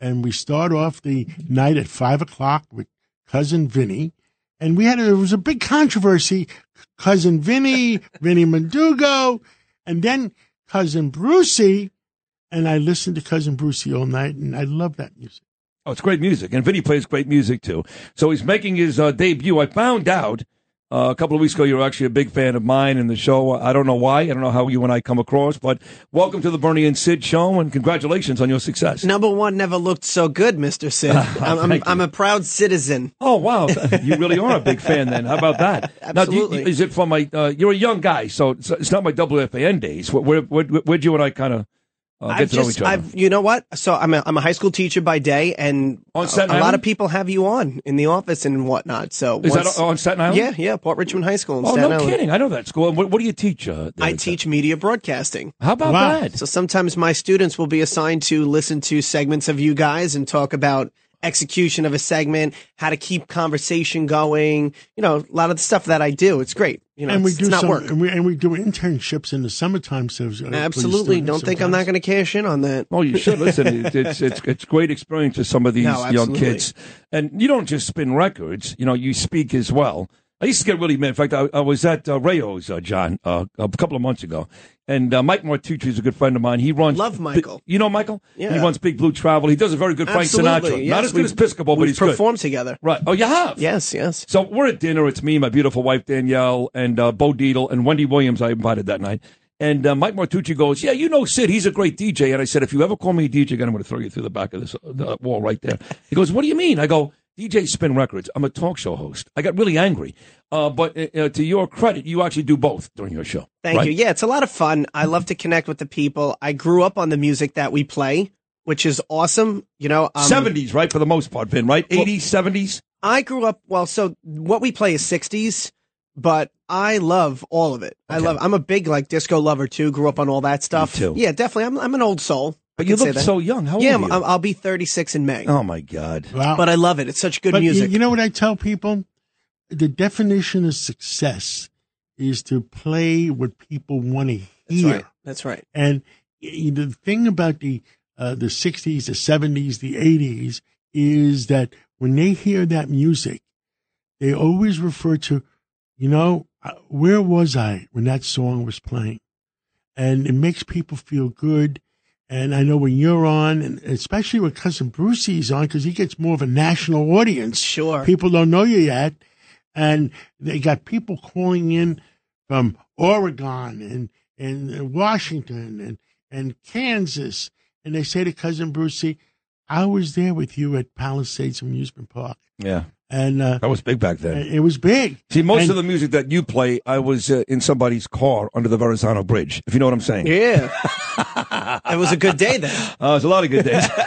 and we start off the night at five o'clock with cousin Vinny, and we had a, it was a big controversy, cousin Vinny, Vinny Mendugo, and then cousin Brucey, and I listened to cousin Brucey all night, and I love that music. Oh, it's great music, and Vinny plays great music too. So he's making his uh, debut. I found out uh, a couple of weeks ago you were actually a big fan of mine and the show. I don't know why. I don't know how you and I come across, but welcome to the Bernie and Sid show, and congratulations on your success. Number one never looked so good, Mr. Sid. I'm, I'm, Oh, Thank you. I'm a proud citizen. Oh wow, you really are a big fan. Then how about that? Now, do you- Absolutely. is it from my? Uh, you're a young guy, so it's, it's not my WFAN days. Where, where, where, where'd you and I kind of uh, get I've to know each just, other? I've, you know what? So I'm a, I'm a high school teacher by day, and On a, Staten a lot Island? of people have you on in the office and whatnot. So is once- that on Staten Island? Yeah, yeah, Port Richmond High School in Oh Staten no, Island. kidding! I know that school. What, what do you teach? Uh, there? I teach media broadcasting. How about Wow. that? So sometimes my students will be assigned to listen to segments of you guys and talk about execution of a segment, how to keep conversation going. You know, a lot of the stuff that I do. It's great. You know, and it's, we do it's not some, work. and we and we do internships in the summertime. So uh, for the Absolutely. students Don't think I'm not sometimes. going to cash in on that. Oh, you should listen. It- It's it's it's great experience for some of these No, young absolutely. kids, and you don't just spin records. You know, you speak as well. I used to get really mad. In fact, I, I was at uh, Rayo's, uh, John, uh, a couple of months ago, and uh, Mike Martucci is a good friend of mine. He runs Love Bi- Michael. you know Michael. he Yeah. runs Big Blue Travel. He does a very good Frank Sinatra. Absolutely. Not yes. as good as We've- Piscopo, but we've he's good. performed together. Right? Oh, you have. Yes, yes. So we're at dinner. It's me, my beautiful wife Danielle, and uh, Bo Deedle, and Wendy Williams. I invited that night. And uh, Mike Martucci goes, "Yeah, you know Sid. He's a great DJ." And I said, "If you ever call me a DJ again, I'm going to throw you through the back of this uh, the wall right there." He goes, "What do you mean?" I go, "DJ spin records. I'm a talk show host." I got really angry. Uh, but uh, uh, to your credit, you actually do both during your show. Thank right? you. Yeah, it's a lot of fun. I love to connect with the people. I grew up on the music that we play, which is awesome. You know, um, 70s, right, for the most part, Vin, right? 80s, 70s? I grew up well, so what we play is 60s, but I love all of it. I love I'm a big like disco lover too. Grew up on all that stuff. too. Yeah, definitely. I'm I'm an old soul. But I you can say look that. so young. How Yeah, old are I'm- you? I'm, I'll be 36 in May. oh, my God. Wow. But I love it. It's such good But you- music. You know what I tell people? The definition of success is to play what people want to hear. That's right. That's right. And y- the thing about the uh, the '60s, the '70s, the '80s is that when they hear that music, they always refer to, you know, uh, where was I when that song was playing? And it makes people feel good. And I know when you're on, and especially when cousin Brucey's on, because he gets more of a national audience. Sure. people don't know you yet, and they got people calling in from Oregon and and Washington and and Kansas, and they say to cousin Brucey, "I was there with you at Palisades Amusement Park, Yeah, and uh, that was big back then. it was big." See, most And- of the music that you play, I was uh, in somebody's car under the Verrazano Bridge, if you know what I'm saying. Yeah. it was a good day then. Uh, it's a lot of good days.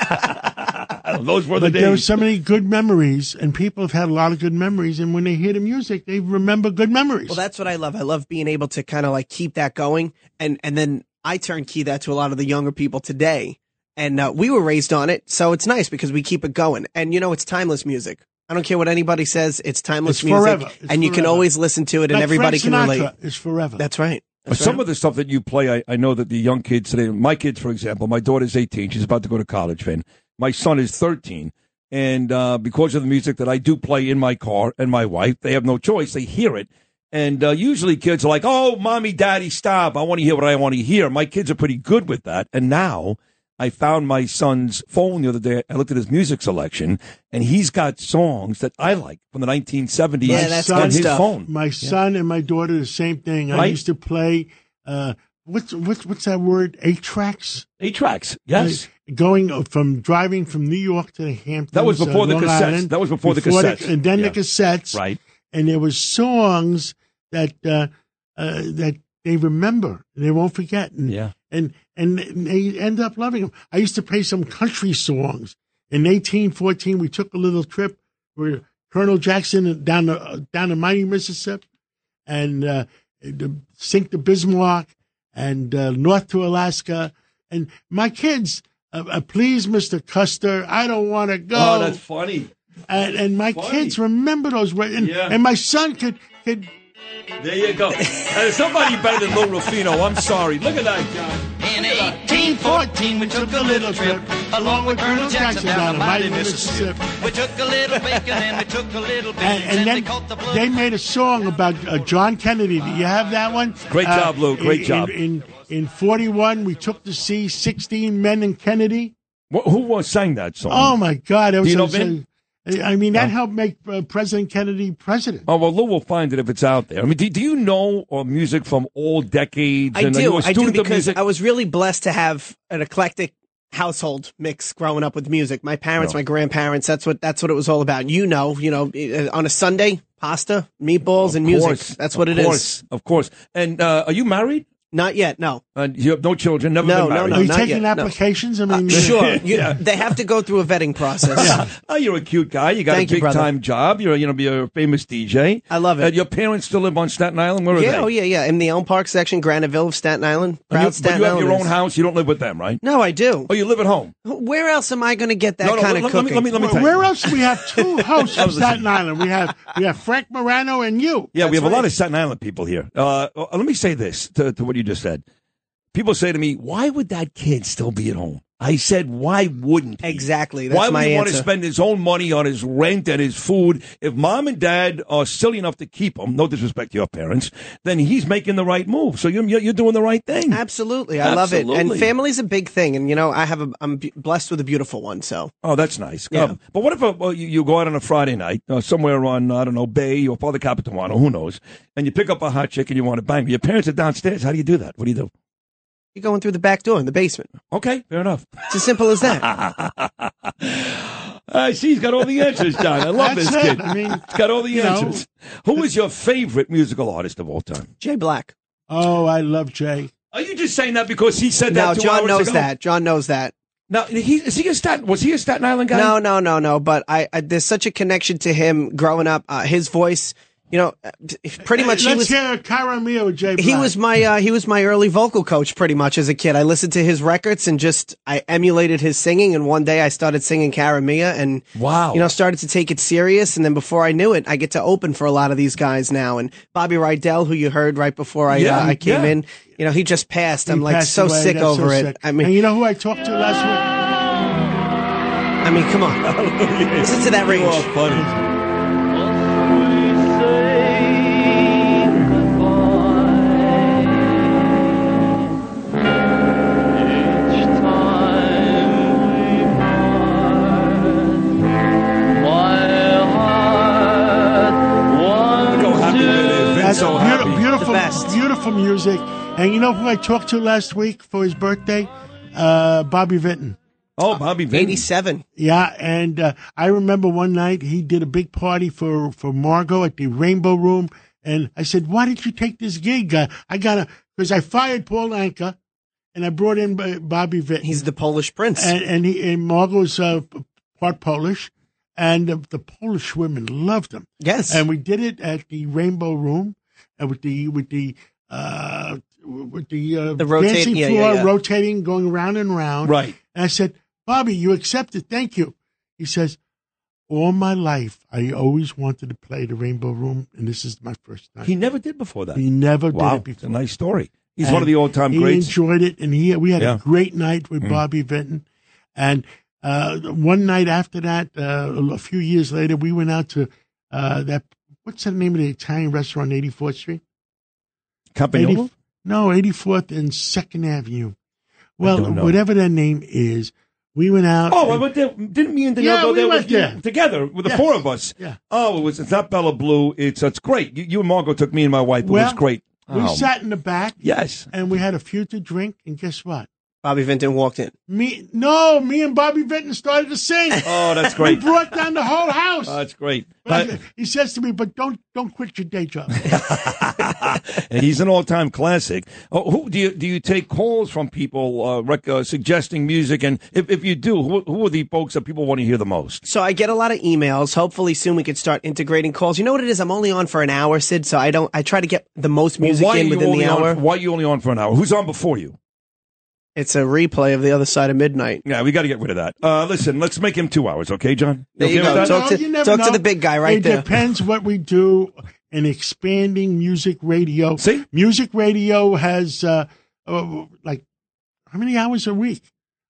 Those were the But there were days. so many good memories, and people have had a lot of good memories. And when they hear the music, they remember good memories. Well, that's what I love. I love being able to kind of like keep that going, and and then I turn key that to a lot of the younger people today, and uh, we were raised on it, so it's nice because we keep it going, and you know it's timeless music. I don't care what anybody says; it's timeless It's music, forever. It's and you can forever. always listen to it, and Like everybody Frank can Sinatra relate. Is forever. That's right. But Some of the stuff that you play, I, I know that the young kids today, my kids, for example, my daughter's 18. She's about to go to college, Finn. My son is 13. And uh, because of the music that I do play in my car and my wife, they have no choice. They hear it. And uh, usually kids are like, oh, mommy, daddy, stop. I want to hear what I want to hear. My kids are pretty good with that. And now I found my son's phone the other day. I looked at his music selection, and he's got songs that I like from the 1970s Yeah, that's on good his stuff. phone. My son and my daughter, the same thing. I Right. used to play. Uh, what's what's what's that word? Eight tracks. Eight tracks. Yes. Going uh, from driving from New York to the Hamptons. That was uh, before the Long cassettes. Island, That was before the cassettes. and then Yeah. the cassettes. Right. And there were songs that uh, uh, that they remember. They won't forget. And, Yeah. And and they end up loving them. I used to play some country songs. In 1814, we took a little trip with Colonel Jackson down the uh, down the mighty Mississippi, and uh, the, sink the Bismarck, and uh, north to Alaska. And my kids, uh, uh, please, Mister Custer, I don't want to go. Oh, that's funny. and, and my funny. kids remember those. wa- And, Yeah. and my son could could There you go. There's somebody better than Lou Rufino. I'm sorry. Look at that, John. In 1814, we took a little trip along with Colonel Jackson down the mighty Mississippi. We took a little bacon and we took a little and, beans and we then caught the blue. they made a song about uh, John Kennedy. Do you have that one? Great Uh, job, Lou. Great in, job. In, in in 41, we took to sea 16 men and Kennedy. Wh- Who uh, sang that song? Um, Oh my God! It was you know it was a- Vin? I mean, that helped make uh, President Kennedy president. Oh well, Lou will find it if it's out there. I mean, do, do you know uh, music from all decades? I and Are uh, you do. a I do student of because music? I was really blessed to have an eclectic household mix growing up with music. My parents, Yeah. my grandparents, that's what that's what it was all about. You know, you know, eh, on a Sunday, pasta, meatballs and music. that's what of it is. course, Of course. And uh, are you married? Not yet, no. Uh, you have no children. Never No, been married. no, Are you not taking yet, no. applications? Uh, I mean, uh, Sure. You, They have to go through a vetting process. Oh, you're a cute guy. You got Thank a you, big brother. time job. You're you know you're a famous DJ. I love it. And your parents still live on Staten Island. Where are they? Yeah, oh yeah, yeah. In the Elm Park section, Graniteville of Staten Island. And Proud you, but Staten you have your own Islanders. house. You don't live with them, right? No, I do. Oh, you live at home. Where else am I going to get that no, no. kind let, of let me cooking? let me let me tell you. Where else do we have two hosts I from was Staten Island? We have we have Frank Morano and you. Yeah, we That's have a lot right. of Staten Island people here. Uh, uh, let me say this to, to what you just said. People say to me, "Why would that kid still be at home?" I said, "Why wouldn't he? Exactly, that's Why would my he want to answer. spend his own money on his rent and his food? If mom and dad are silly enough to keep him, no disrespect to your parents, then he's making the right move. So you're you're you're doing the right thing. Absolutely, I love it. Absolutely. And family's a big thing, and you know, I have a I'm b- blessed with a beautiful one. So Oh, that's nice. Yeah. Um, but what if uh, well, you, you go out on a Friday night uh, somewhere on, I don't know, Bay or Father Capitano, who knows, and you pick up a hot chick and you want to bang her. Your parents are downstairs. How do you do that? What do you do? you're going through the back door in the basement. Okay, fair enough. It's as simple as that. Uh, she's got all the answers, John. I love That's this it. kid. I mean, He's got all the you know. answers. Who is your favorite musical artist of all time? Jay Black. Oh, I love Jay. Are you just saying that because he said that No, two John hours knows ago? that. John knows that. Now, he, is he a Staten, was he a Staten Island guy? No, no, no, no. But I, I there's such a connection to him growing up. Uh, his voice, you know, uh, t- pretty much he Let's was hear Kyra Mio, Jay. he Black. was my uh, he was my early vocal coach pretty much as a kid. I listened to his records and just I emulated his singing. And one day I started singing Karamia and Wow. you know started to take it serious. And then before I knew it, I get to open for a lot of these guys now. And Bobby Rydell, who you heard right before I Yeah, uh, I came yeah. in, you know he just passed. He I'm like passed so away. sick That's over so it. sick. I mean, and you know who I talked to last I mean, come on, listen to that You are range. funny. Look how happy that is. Vin's week? beautiful, so happy. beautiful, The best. beautiful music. And you know who I talked to last week for his birthday? Uh, Bobby Vinton. Oh, Bobby Vin. 87. Yeah, and uh, I remember one night he did a big party for for Margot at the Rainbow Room, and I said, "Why didn't you take this gig? Uh, I gotta because I fired Paul Anka, and I brought in Bo- Bobby Vinton. He's the Polish prince. and and, he, and Margot's uh, part Polish, and the, the Polish women loved him. yes. And we did it at the Rainbow Room, and with the with the uh, with the, uh, The rotate- dancing yeah, yeah, floor yeah. rotating, going round and round. Right. And I said, Bobby, you accepted. Thank you. He says, all my life I always wanted to play the Rainbow Room, and this is my first time. He He, never did before that. never wow. did it It's a before. nice story. He's one of the all time he greats. enjoyed it, and he we had Yeah. a Mm. great night with Bobby Vinton. And uh, one night after that, uh, a few years later, we went out to uh, that. What's the name of the Italian restaurant, Eighty Fourth Street? Campagnolo? no, Eighty Fourth and Second Avenue. Well, don't know. whatever their name is, we went out. Oh, I and- went there. Didn't me and Danielle Yeah, go we there went with you there. together with the Yes. four of us? Yeah. Oh, it was. It's not Bella Blue. It's it's great. You, you and Margot took me and my wife. it Well, was great. we Oh, sat in the back Yes. and we had a few to drink. And guess what? Bobby Vinton walked in. Me, no, me and Bobby Vinton started to sing. Oh, that's great. Brought down the whole house. Oh, that's great. But he says to me, "But don't don't quit your day job." And he's an all-time classic. Oh, who do you do you take calls from people uh, rec- uh, suggesting music? And if, if you do, who, who are the folks that people want to hear the most? So I get a lot of emails. Hopefully soon we can start integrating calls. You know what it is? I'm only on for an hour, Sid. So I don't. I try to get the most music why are in you within only the hour. on? Why are you only on for an hour? Who's on before you? It's a replay of the other side of midnight. Yeah, we got to get rid of that. Uh, listen, let's make him two hours, okay, John? There you okay go. with that? Talk to- talk to the big guy right it there. depends what we do in expanding music radio. See? music radio has uh, oh, like how many hours a week?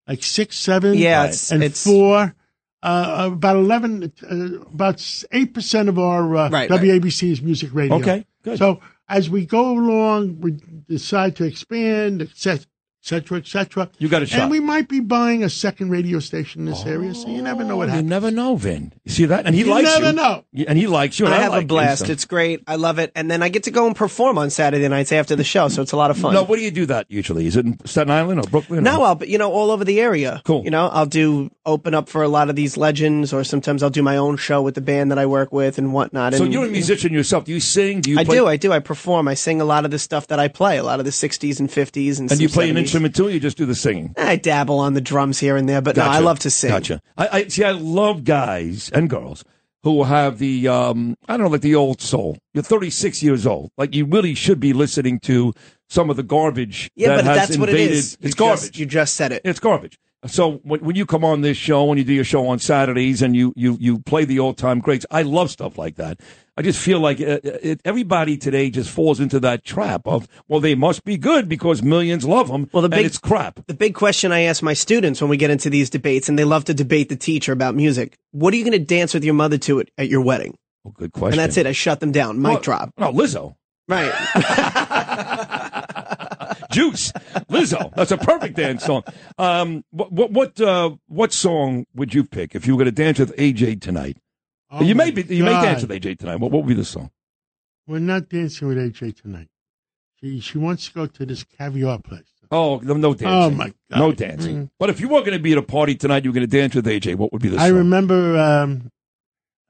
Like six, seven, Yeah, it's- and it's- four. Uh, about eleven, uh, about eight percent of our uh, Right, right. WABC is music radio. Okay, good. So as we go along, we decide to expand, et cet- et cetera, et cetera. You got a shot. And we might be buying a second radio station in this area, so you never know what Oh, you happens. never know, Vin. You see that? And he You likes never you. know. Yeah, And he likes you. And I I, have like a you, blast. so- It's great. I love it. And then I get to go and perform on Saturday nights after the show. So it's a lot of fun. No, where do you do that usually? Is it in Staten Island or Brooklyn? Now or- I'll, but you know, all over the area. Cool. You know, I'll do open up for a lot of these legends, or sometimes I'll do my own show with the band that I work with and whatnot. so and, you're a musician yourself. Do you sing? Do you? I play, do, I do. I perform. I sing a lot of the stuff that I play, a lot of the 60s and 50s. And, And you some play an 70s. instrument too? Or you just do the singing? I dabble on the drums here and there, but no, I Gotcha. love to sing. Gotcha. I, I see. I love guys and girls who have the um, I don't know, like the old soul. You're 36 years old. Like you really should be listening to some of the garbage. Yeah, that but has that's what invaded. it is. You It's just- garbage. you just said it. It's garbage. So when, when you come on this show, when you do your show on Saturdays, and you you you play the old time greats, I love stuff like that. I just feel like uh it, everybody today just falls into that trap of well, they must be good because millions love them. Well, the and big- it's crap. The big question I ask my students when we get into these debates, and they love to debate the teacher about music what are you going to dance with your mother to at, at your wedding? Oh, good question. And that's it. I shut them down. Mic Well, drop. No, Lizzo. Right. Juice, Lizzo. That's a perfect dance song. Um, what what what, uh, what song would you pick if you were going to dance with AJ tonight? Oh you my may be, you may God. dance with AJ tonight. What, what would be the song? We're not dancing with AJ tonight. She she wants to go to this caviar place. Oh, no, no dancing. Oh, my God. No dancing. Mm-hmm. Mm. But if you were going to be at a party tonight, you were going to dance with AJ. What would be the I song? remember um,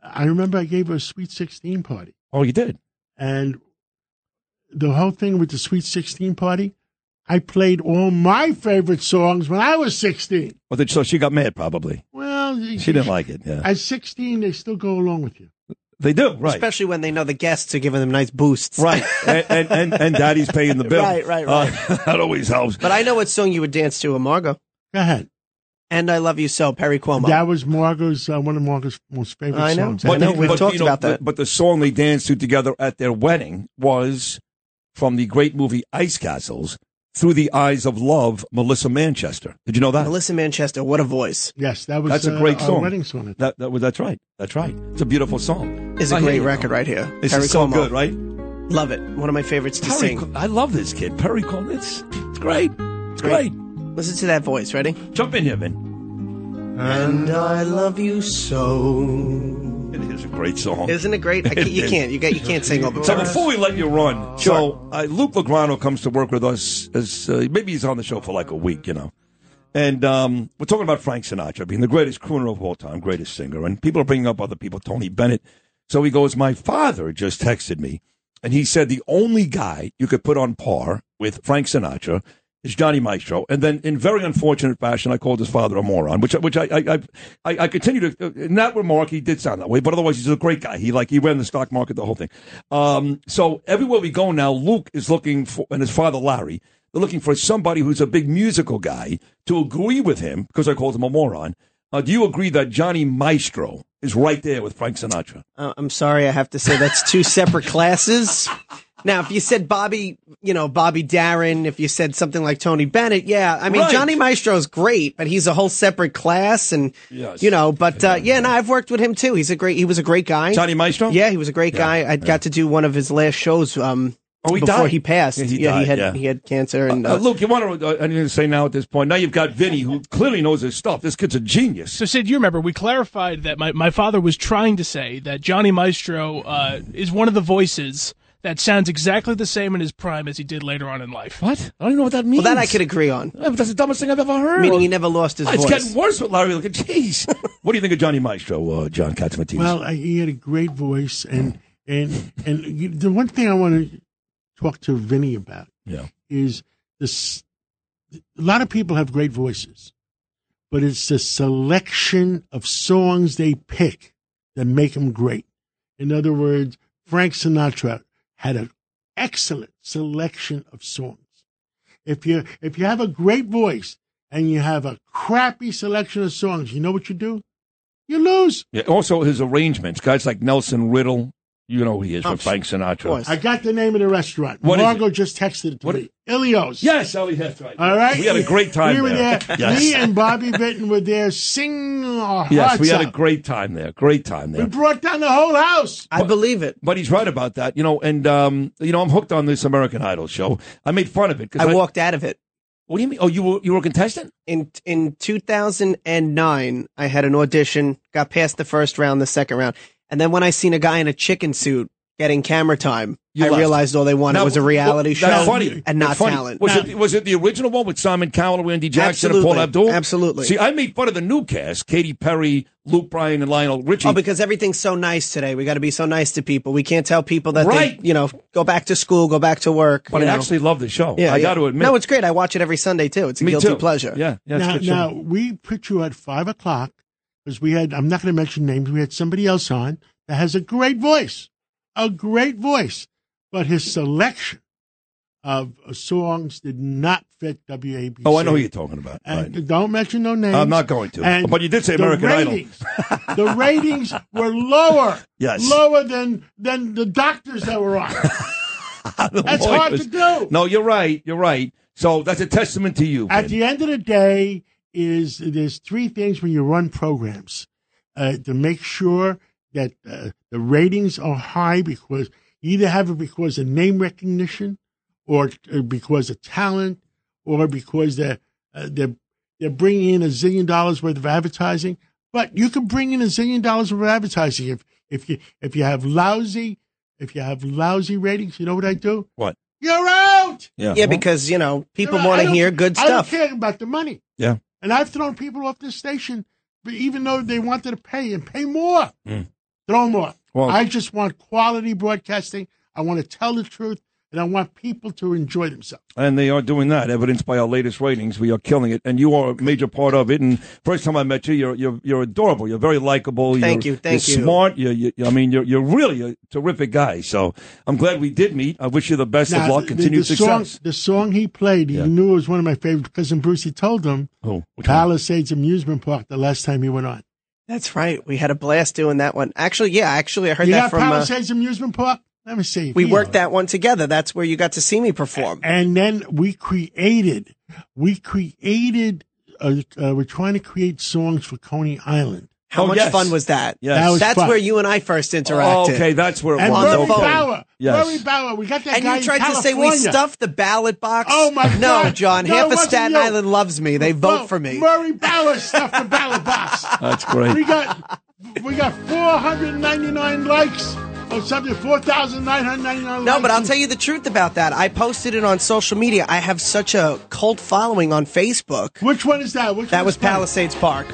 I remember I gave her a sweet sixteen party, Oh, you did. and the whole thing with the sweet sixteen party, I played all my favorite songs when I was sixteen. Well, then, so she got mad probably. Well, She didn't like it. Yeah, At sixteen, they still go along with you. they do. Right. Especially when they know the guests are giving them nice boosts. Right. and, and and and daddy's paying the bill. Right, right, Uh, that always helps. But I know what song you would dance to, Amargo. Go ahead. And I Love You So, Perry Cuomo. That was Margot's uh, one of Margot's most favorite I know. songs. But- know, we've talked about the- that. but the song they danced to together at their wedding was from the great movie Ice Castles, Through the Eyes of Love, Melissa Manchester. Did you know that? Melissa Manchester, what a voice. Yes, that was That's a uh, great our song. wedding song. That, that was that's right. That's right. It's a beautiful song. Is a I great hear you. record right here. This Perry is so Como. good, right? Love it. One of my favorites to Perry, sing. Co- I love this kid, Perry Como. It's it's great. It's great. Listen to that voice. Ready? Jump in here, man. And I love you so. It is a great song. Isn't it great? I can't, you can't. You can't. You can't sing over. So it. before we let you run, so uh, Luke Lograno comes to work with us as uh, maybe he's on the show for like a week, you know. And um, we're talking about Frank Sinatra being the greatest crooner of all time, greatest singer, and people are bringing up other people, Tony Bennett. So he goes, "My father just texted me, and he said the only guy you could put on par with Frank Sinatra." Is Johnny Maestro, and then in very unfortunate fashion, I called his father a moron, which which I I I, I I continue to in that remark he did sound that way, but otherwise he's a great guy. He like he ran the stock market, the whole thing. Um, so everywhere we go now, Luke is looking for, and his father Larry, they're looking for somebody who's a big musical guy to agree with him because I called him a moron. Uh, do you agree that Johnny Maestro is right there with Frank Sinatra? Uh, I'm sorry, I have to say that's two separate classes. Now, if you said Bobby, you know Bobby Darin, if you said something like Tony Bennett, yeah, I mean Right. Johnny Maestro's great, but he's a whole separate class, and Yes. you know, but uh, yeah, no, I've worked with him too. He's a great, he was a great guy. Johnny Maestro? yeah, he was a great guy. I got to do one of his last shows. Um, Oh, he before died. he passed. Yeah, he died, had yeah. he had cancer, and Uh, uh, Luke, you want to? Uh, I need to say now at this point. Now you've got Vinny, who clearly knows his stuff. This kid's a genius. So, Sid, you remember we clarified that my, my father was trying to say that Johnny Maestro uh, is one of the voices that sounds exactly the same in his prime as he did later on in life. What? I don't even know what that Well, means. that I could agree on. Yeah, but that's the dumbest thing I've ever heard. Meaning he never lost his Oh, it's voice. getting worse with Larry. Look, jeez. what do you think of Johnny Maestro, uh, John Katzmatidis? Well, I, he had a great voice, and and and you- the one thing I want to talk to Vinny about yeah. is this: a lot of people have great voices, but it's the selection of songs they pick that make them great. In other words, Frank Sinatra had an excellent selection of songs. If you if you have a great voice and you have a crappy selection of songs, you know what you do? You lose. yeah. Also, his arrangements, guys like Nelson Riddle, you know who he is Oh, with Frank Sinatra. of course. I got the name of the restaurant. What is Margot just texted it to What me. Ilios. Yes, oh, yeah, that's right. All right. We had a great time We were there. there. Yes. Me and Bobby Benton were there singing our Yes, hearts we had a out. great time there. Great time We there. brought down the whole house. I believe it. But he's right about that, you know. And um, you know, I'm hooked on this American Idol show. I made fun of it because I walked out of it. What do you mean? Oh, you were you were a contestant? in in 2009 i had an audition got past the first round the second round and then when i seen a guy in a chicken suit getting camera time You i left. realized all they wanted Now, was a reality well, show That's funny. and not That's funny. talent oh, Was it was it the original one with Simon Cowell, Randy Jackson, and Paul Absolutely. Abdul? Absolutely. See, I made fun of the new cast: Katy Perry, Luke Bryan, and Lionel Richie. Oh, because everything's so nice today. We got to be so nice to people. We can't tell people that Right. they, you know, go back to school, go back to work. but I you know. actually love the show. I got to admit, No, it's great. I watch it every Sunday too. It's a me guilty too. pleasure. Yeah, yeah. it's a now, good show. now we put you at five o'clock because we had. I'm not going to mention names. We had somebody else on that has a great voice, a great voice, but his selection of songs did not fit WABC. oh, I know who you're talking about. And Right. don't mention no names. I'm not going to. And But you did say the American Idol. ratings, Idol. the ratings were lower. Yes. Lower than than the doctors that were on. That's Boy, hard it was- to do. No, you're right. You're right. So that's a testament to you. At Ben. the end of the day, is there's three things when you run programs uh, to make sure that uh, the ratings are high because you either have it because of name recognition, or uh, because of talent, or because they're uh, they're they're bringing in a zillion dollars worth of advertising. But you can bring in a zillion dollars worth of advertising if if you if you have lousy if you have lousy ratings. You know what I do? What? You're out. Yeah, because, you know, people No, no, want I to don't- hear good I don't stuff. care about the money. Yeah. And I've thrown people off this station, but even though they wanted to pay and pay more, throw more. Mm. Well- I just want quality broadcasting. I want to tell the truth, and I want people to enjoy themselves. And they are doing that, evidenced by our latest ratings. We are killing it, and you are a major part of it. And first time I met you, you're you're, you're adorable. You're very likable. Thank you're, you, thank you're you. Smart. You're, you I mean, you're you're really a terrific guy. So I'm glad we did meet. I wish you the best of luck, the- continued the, song, success. the song he played, he Yeah. knew it was one of my favorites. Cousin Brucey told him Oh, which one? Palisades Amusement Park the last time he went on. That's right. We had a blast doing that one. Actually, yeah, actually, I heard You that got from. uh, Palisades Amusement Park? Let me see. we Here. worked that one together. That's where you got to see me perform. and then we created we created uh, uh, we're trying to create songs for coney island How Oh, much yes. fun was that? Yes. That was That's fun. where you and I first interacted. Oh, okay, that's where it and Well, was. Murray on the Okay. phone. Bauer, Yes. Murray Bauer, we got that And guy you tried in to say we California. stuffed the ballot box. Oh, my God. No, John. No, it half of wasn't Staten you. Island loves me. They vote Well, for me. Murray Bauer stuffed the ballot box. That's We great. got we got 499 likes or something, 4,999 No, but I'll tell you the truth about that. I posted it on social media. I have such a cult following on Facebook. Which one is that? Which That one was is mine? Palisades Park.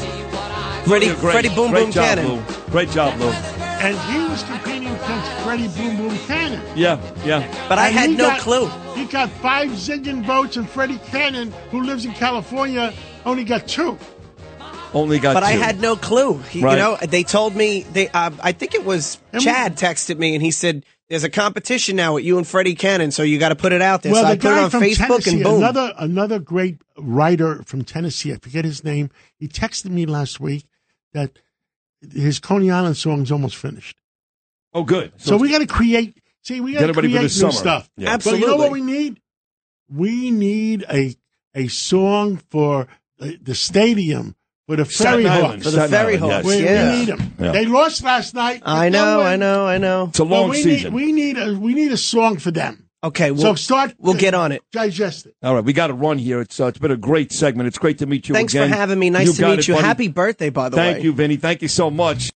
Freddie, You're great. Freddie Boom great Boom job, Cannon. Lou. Great job, Lou. And he was competing against Freddie Boom Boom Cannon. Yeah, yeah. But I And had he no got- clue. He got five zillion votes, and Freddie Cannon, who lives in California, only got two. Only got. But I two. had no clue. He- Right. You know, they told me they. Uh, I think it was And we- Chad texted me and he said, "There's a competition now with you and Freddie Cannon, so you got to put it out there." so I put it on Facebook Tennessee, and boom. another another great writer from Tennessee, I forget his name. He texted me last week that his Coney Island song's almost finished. Oh, good. So, we got to create. See, we got to everybody create for new the summer. stuff. Yeah. But you know Absolutely. what we need? We need a a song for the, the stadium for the Staten Ferry Hawks. Island, For the Staten Ferry Island, Hawks, We, yes. we Yeah. need them. Yeah. They lost last night. I know, I know, I know. It's a long But we season. Need, we need a we need a song for them. Okay, well, so start. we'll get on it. Digest it. All right, we got to run here. It's uh, it's been a great segment. It's great to meet you Thanks again. for having me. Nice to got meet it, you. buddy. Happy birthday, by the way. Thank you, Vinny. Thank you so much.